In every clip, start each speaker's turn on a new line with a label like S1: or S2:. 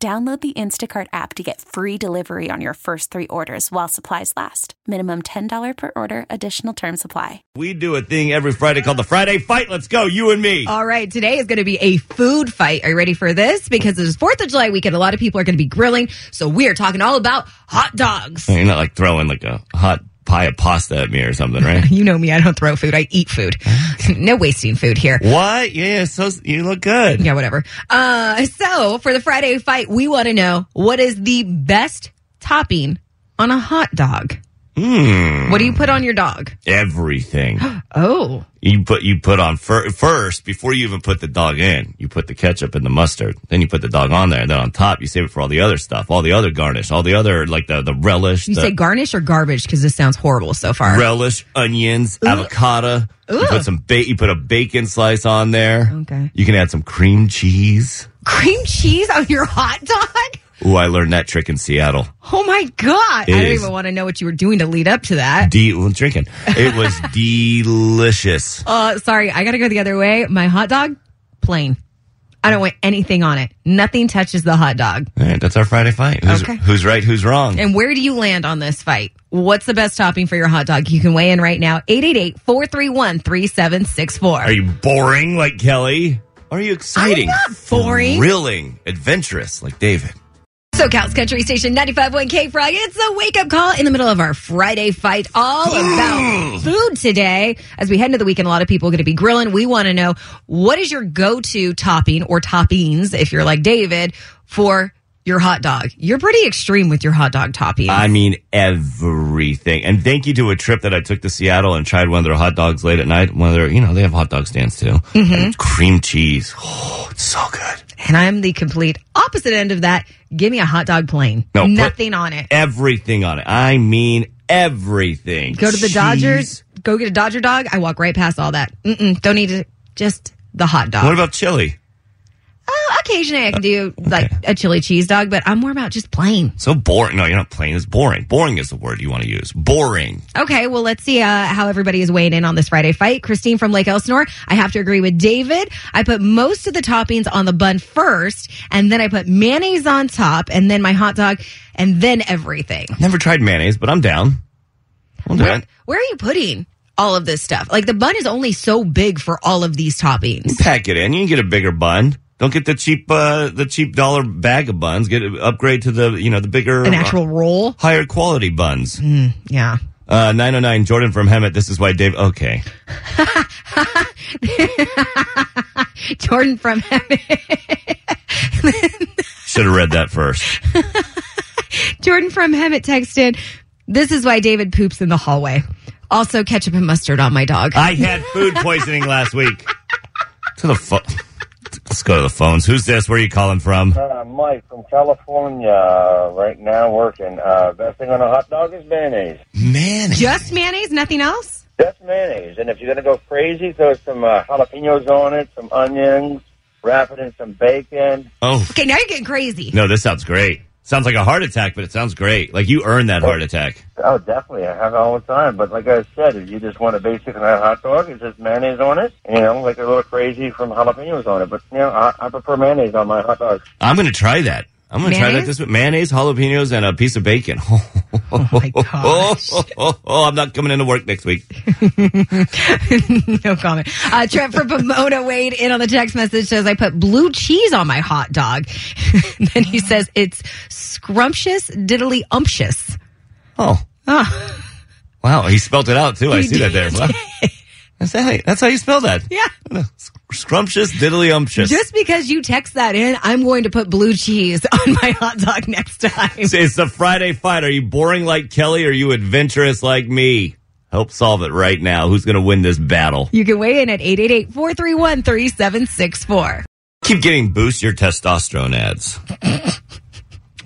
S1: Download the Instacart app to get free delivery on your first three orders while supplies last. Minimum $10 per order, additional term supply.
S2: We do a thing every Friday called the Friday Fight. Let's go, you and me.
S3: All right, today is going to be a food fight. Are you ready for this? Because it's 4th of July weekend. A lot of people are going to be grilling. So we are talking all about hot dogs.
S2: You're not like throwing like a hot pie of pasta at me or something, right?
S3: You know me, I don't throw food. I eat food. no wasting food here.
S2: what? Yeah, so you look good.
S3: Yeah, whatever. Uh, so for the Friday fight, we want to know what is the best topping on a hot dog? What do you put on your dog?
S2: Hmm. Everything
S3: Oh,
S2: you put you put on fir- first before you even put the dog in, you put the ketchup and the mustard. Then you put the dog on there, and then on top you save it for all the other stuff, all the other garnish, all the other like the the relish,
S3: you
S2: the
S3: say garnish or garbage because this sounds horrible so far.
S2: relish, onions, avocado. You put some ba- you put a bacon slice on there.
S3: Okay.
S2: You can add some cream cheese.
S3: Cream cheese on your hot dog?
S2: Ooh, I learned that trick in Seattle.
S3: Oh my god!
S2: It
S3: I don't
S2: is.
S3: even want to know what you were doing to lead up to that.
S2: De- well, drinking. It was delicious.
S3: Uh, sorry, I gotta go the other way. My hot dog, plain. I don't want anything on it. Nothing touches the hot dog.
S2: All right, that's our Friday fight. Who's,
S3: Okay.
S2: who's right? Who's wrong?
S3: And where do you land on this fight? What's the best topping for your hot dog? You can weigh in right now. 888-431-3764.
S2: Are you boring like Kelly? Or are you exciting?
S3: I'm not boring.
S2: Thrilling, adventurous like David.
S3: SoCal's Country Station 95.1 K Frog. It's a wake up call in the middle of our Friday fight all about food today. As we head into the weekend, a lot of people are going to be grilling. We want to know what is your go to topping or toppings, if you're like David, for your hot dog? You're pretty extreme with your hot dog topping.
S2: I mean, everything. And thank you to a trip that I took to Seattle and tried one of their hot dogs late at night. One of their, you know, they have hot dog stands too.
S3: Mm-hmm.
S2: And cream cheese. Oh, it's so good.
S3: and I'm the complete opposite end of that. Give me a hot dog plain.
S2: No, put-
S3: Nothing on it.
S2: Everything on it. I mean, everything.
S3: Go to the
S2: Cheese.
S3: Dodgers. Go get a Dodger dog. I walk right past all that. Mm-mm, don't need it. Just the hot dog.
S2: What about chili?
S3: Oh, occasionally I can do like a chili cheese dog, but I'm more about just plain.
S2: So boring. No, you're not plain. It's boring. Boring is the word you want to use. Boring.
S3: Okay, well, let's see uh, how everybody is weighing in on this Friday fight. Christine from Lake Elsinore, I have to agree with David. I put most of the toppings on the bun first, and then I put mayonnaise on top, and then my hot dog, and then everything.
S2: Never tried mayonnaise, but I'm down. I'll do
S3: Where,
S2: it.
S3: where are you putting all of this stuff? Like the bun is only so big for all of these toppings.
S2: Pack it in. You can get a bigger bun. Don't get the cheap, uh, the cheap dollar bag of buns. Get upgrade to the, you know, the bigger,
S3: An actual Mm. roll?
S2: uh, higher quality buns.
S3: Yeah.
S2: Uh, 909 Jordan from Hemet. This is why Dave. Okay.
S3: Jordan from heaven.
S2: Should have read that first.
S3: Jordan from Hemet texted, This is why David poops in the hallway. Also, ketchup and mustard on my dog.
S2: I had food poisoning last week. To the phone. Let's go to the phones. Who's this? Where are you calling from?
S4: Uh, Mike from California, uh, right now working. Uh, best thing on a hot dog is mayonnaise.
S2: Mayonnaise.
S3: Just mayonnaise, nothing else?
S4: Just mayonnaise. And if you're going to go crazy, throw some uh, jalapenos on it, some onions, wrap it in some bacon.
S2: Oh,
S3: Okay, now you're getting crazy.
S2: No, this sounds great. Sounds like a heart attack, but it sounds great. Like you earned that heart attack.
S4: Oh, definitely. I have it all the time. But like I said, if you just want a basic on a hot dog, it's just mayonnaise on it. You know, like a little crazy from jalapenos on it. But, you know, I, I prefer mayonnaise on my hot dogs.
S2: I'm going to try that. I'm going to try that
S3: Mayonnaise?
S2: this with mayonnaise, jalapenos, and a piece of bacon. Oh,
S3: my gosh.
S2: I'm not coming into work next week.
S3: no comment. Uh, Trent from Pomona weighed in on the text message says, I put blue cheese on my hot dog. then he says, It's scrumptious, diddly umptious.
S2: Oh.
S3: Ah.
S2: Wow, he spelled it out too. I
S3: He
S2: see that there. Wow. That's how, that's how you spell that.
S3: Yeah.
S2: Scrumptious, diddly umptious.
S3: Just because you text that in, I'm going to put blue cheese on my hot dog next time.
S2: it's the Friday fight. Are you boring like Kelly? Or are you adventurous like me? Help solve it right now. Who's going to win this battle?
S3: You can weigh in at 888 431 3764.
S2: Keep getting boost your testosterone ads.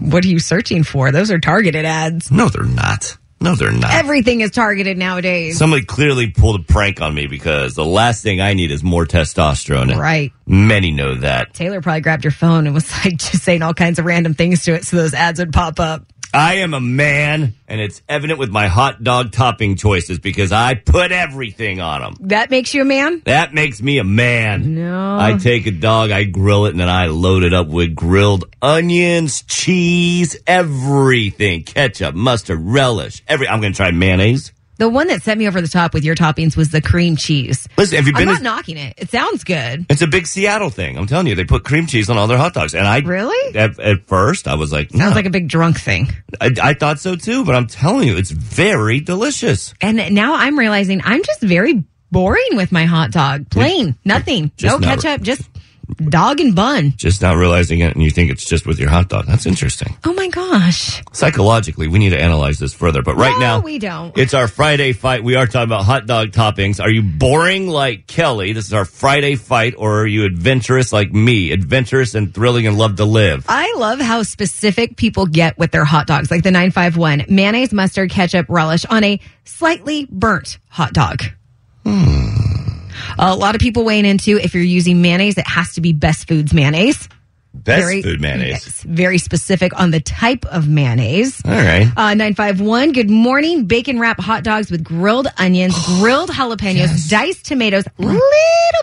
S3: What are you searching for? Those are targeted ads.
S2: No, they're not. No, they're not.
S3: Everything is targeted nowadays.
S2: Somebody clearly pulled a prank on me because the last thing I need is more testosterone. And
S3: Right.
S2: Many know that.
S3: Taylor probably grabbed your phone and was like just saying all kinds of random things to it so those ads would pop up.
S2: I am a man, and it's evident with my hot dog topping choices because I put everything on them.
S3: That makes you a man?
S2: That makes me a man.
S3: No.
S2: I take a dog, I grill it, and then I load it up with grilled onions, cheese, everything, ketchup, mustard, relish, every. I'm going to try mayonnaise.
S3: The one that set me over the top with your toppings was the cream cheese.
S2: Listen, have you
S3: I'm
S2: been?
S3: not
S2: to-
S3: knocking it. It sounds good.
S2: it's a big Seattle thing. I'm telling you, they put cream cheese on all their hot dogs, and I
S3: Really?
S2: at, at first I was like, no,
S3: Sounds like a big drunk thing.
S2: I, I thought so too, but I'm telling you, it's very delicious.
S3: And now I'm realizing I'm just very boring with my hot dog. Plain, nothing.
S2: Just
S3: no
S2: not-
S3: ketchup, just dog and bun.
S2: Just not realizing it, and you think it's just with your hot dog. That's interesting.
S3: Oh my gosh.
S2: Psychologically, we need to analyze this further, but right
S3: No,
S2: now
S3: we don't.
S2: It's our Friday fight. We are talking about hot dog toppings. Are you boring like Kelly? This is our Friday fight, or are you adventurous like me? Adventurous and thrilling and love to live.
S3: I love how specific people get with their hot dogs, like the 951 mayonnaise, mustard, ketchup, relish on a slightly burnt hot dog. A lot of people weighing into if you're using mayonnaise, it has to be best foods mayonnaise.
S2: Best food mayonnaise.
S3: yes, very specific on the type of mayonnaise.
S2: All right.
S3: Uh, 951, good morning. Bacon wrap hot dogs with grilled onions, grilled jalapenos, diced tomatoes, little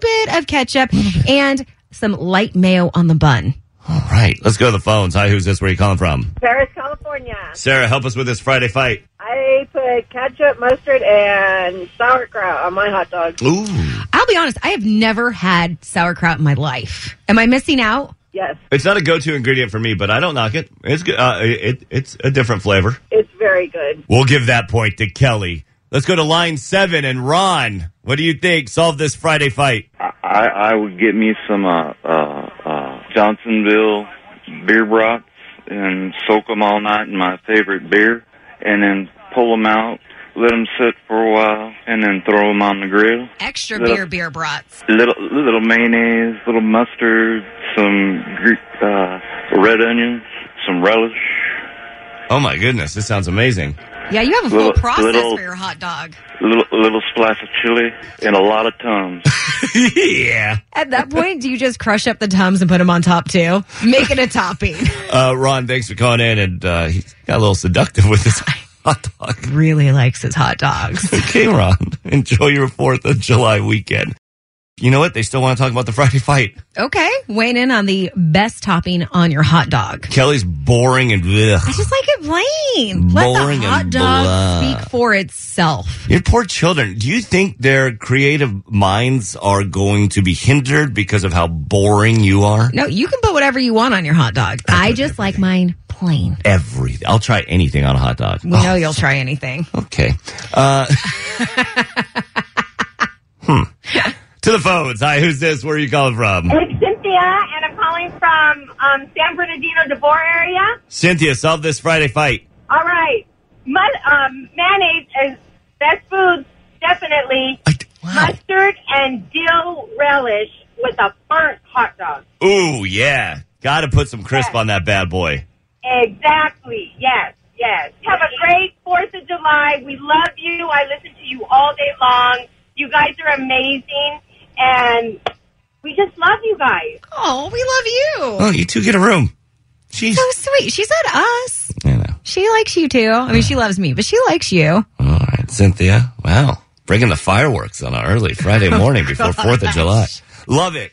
S3: bit of ketchup, and some light mayo on the bun.
S2: All right. Let's go to the phones. Hi, who's this? Where are you calling from?
S5: Paris, California.
S2: Sarah, help us with this Friday fight.
S5: I put ketchup, mustard, and sauerkraut on my hot dog.
S2: Ooh.
S3: I'll be honest, I have never had sauerkraut in my life. Am I missing out?
S5: Yes,
S2: It's not a go-to ingredient for me, but I don't knock it. It's good. Uh, it, it's a different flavor.
S5: it's very good.
S2: We'll give that point to Kelly. Let's go to line seven and Ron. What do you think? Solve this Friday fight.
S6: I, I would get me some uh, uh, uh, Johnsonville beer brats and soak them all night in my favorite beer, and then pull them out, let them sit for a while, and then throw them on the grill.
S3: Extra
S6: Little-
S3: beer, beer brats.
S6: Little little mayonnaise, little mustard, some gr- uh, red onions, some relish.
S2: Oh my goodness, this sounds amazing.
S3: Yeah, you have a full
S6: Little-
S3: process
S6: little-
S3: for your hot dog.
S6: Little, little splash of chili and a lot of tums.
S2: yeah.
S3: At that point, do you just crush up the tums and put them on top too? Make it a topping.
S2: Uh, Ron, thanks for calling in, and uh, he got a little seductive with his hot dog.
S3: Really likes his hot dogs.
S2: Okay, Ron, enjoy your Fourth of July weekend. You know what? They still want to talk about the Friday fight.
S3: Okay, weighing in on the best topping on your hot dog.
S2: Kelly's boring and ugh.
S3: I just like it plain. Let
S2: Boring
S3: the hot
S2: and
S3: dog
S2: blah.
S3: speak for itself.
S2: Your poor children. Do you think their creative minds are going to be hindered because of how boring you are?
S3: No, you can put whatever you want on your hot dog. I just like mine plain.
S2: Everything. I'll try anything on a hot dog. Oh,
S3: We know you'll try anything.
S2: Okay. Uh, hmm. To the phones. Hi, who's this? Where are you calling from?
S7: It's Cynthia, and I'm calling from um, San Bernardino, DeBoer area.
S2: Cynthia, solve this Friday fight.
S7: All right, Mu- um, mayonnaise is best food, definitely.
S2: I d- wow.
S7: Mustard and dill relish with a burnt hot dog.
S2: Ooh, yeah. Gotta put some crisp on that bad boy.
S7: Exactly. Yes. Yes. Have a great Fourth of July. We love you. I listen to you all day long. You guys are amazing, and we just love you guys.
S3: Oh, we love you.
S2: Oh, you two get a room. Jeez.
S3: So sweet. She said us.
S2: I know.
S3: She likes you too. I mean, she loves me, but she likes you.
S2: All right, Cynthia. Wow. Bringing the fireworks on an early Friday morning before 4th of July. Love it.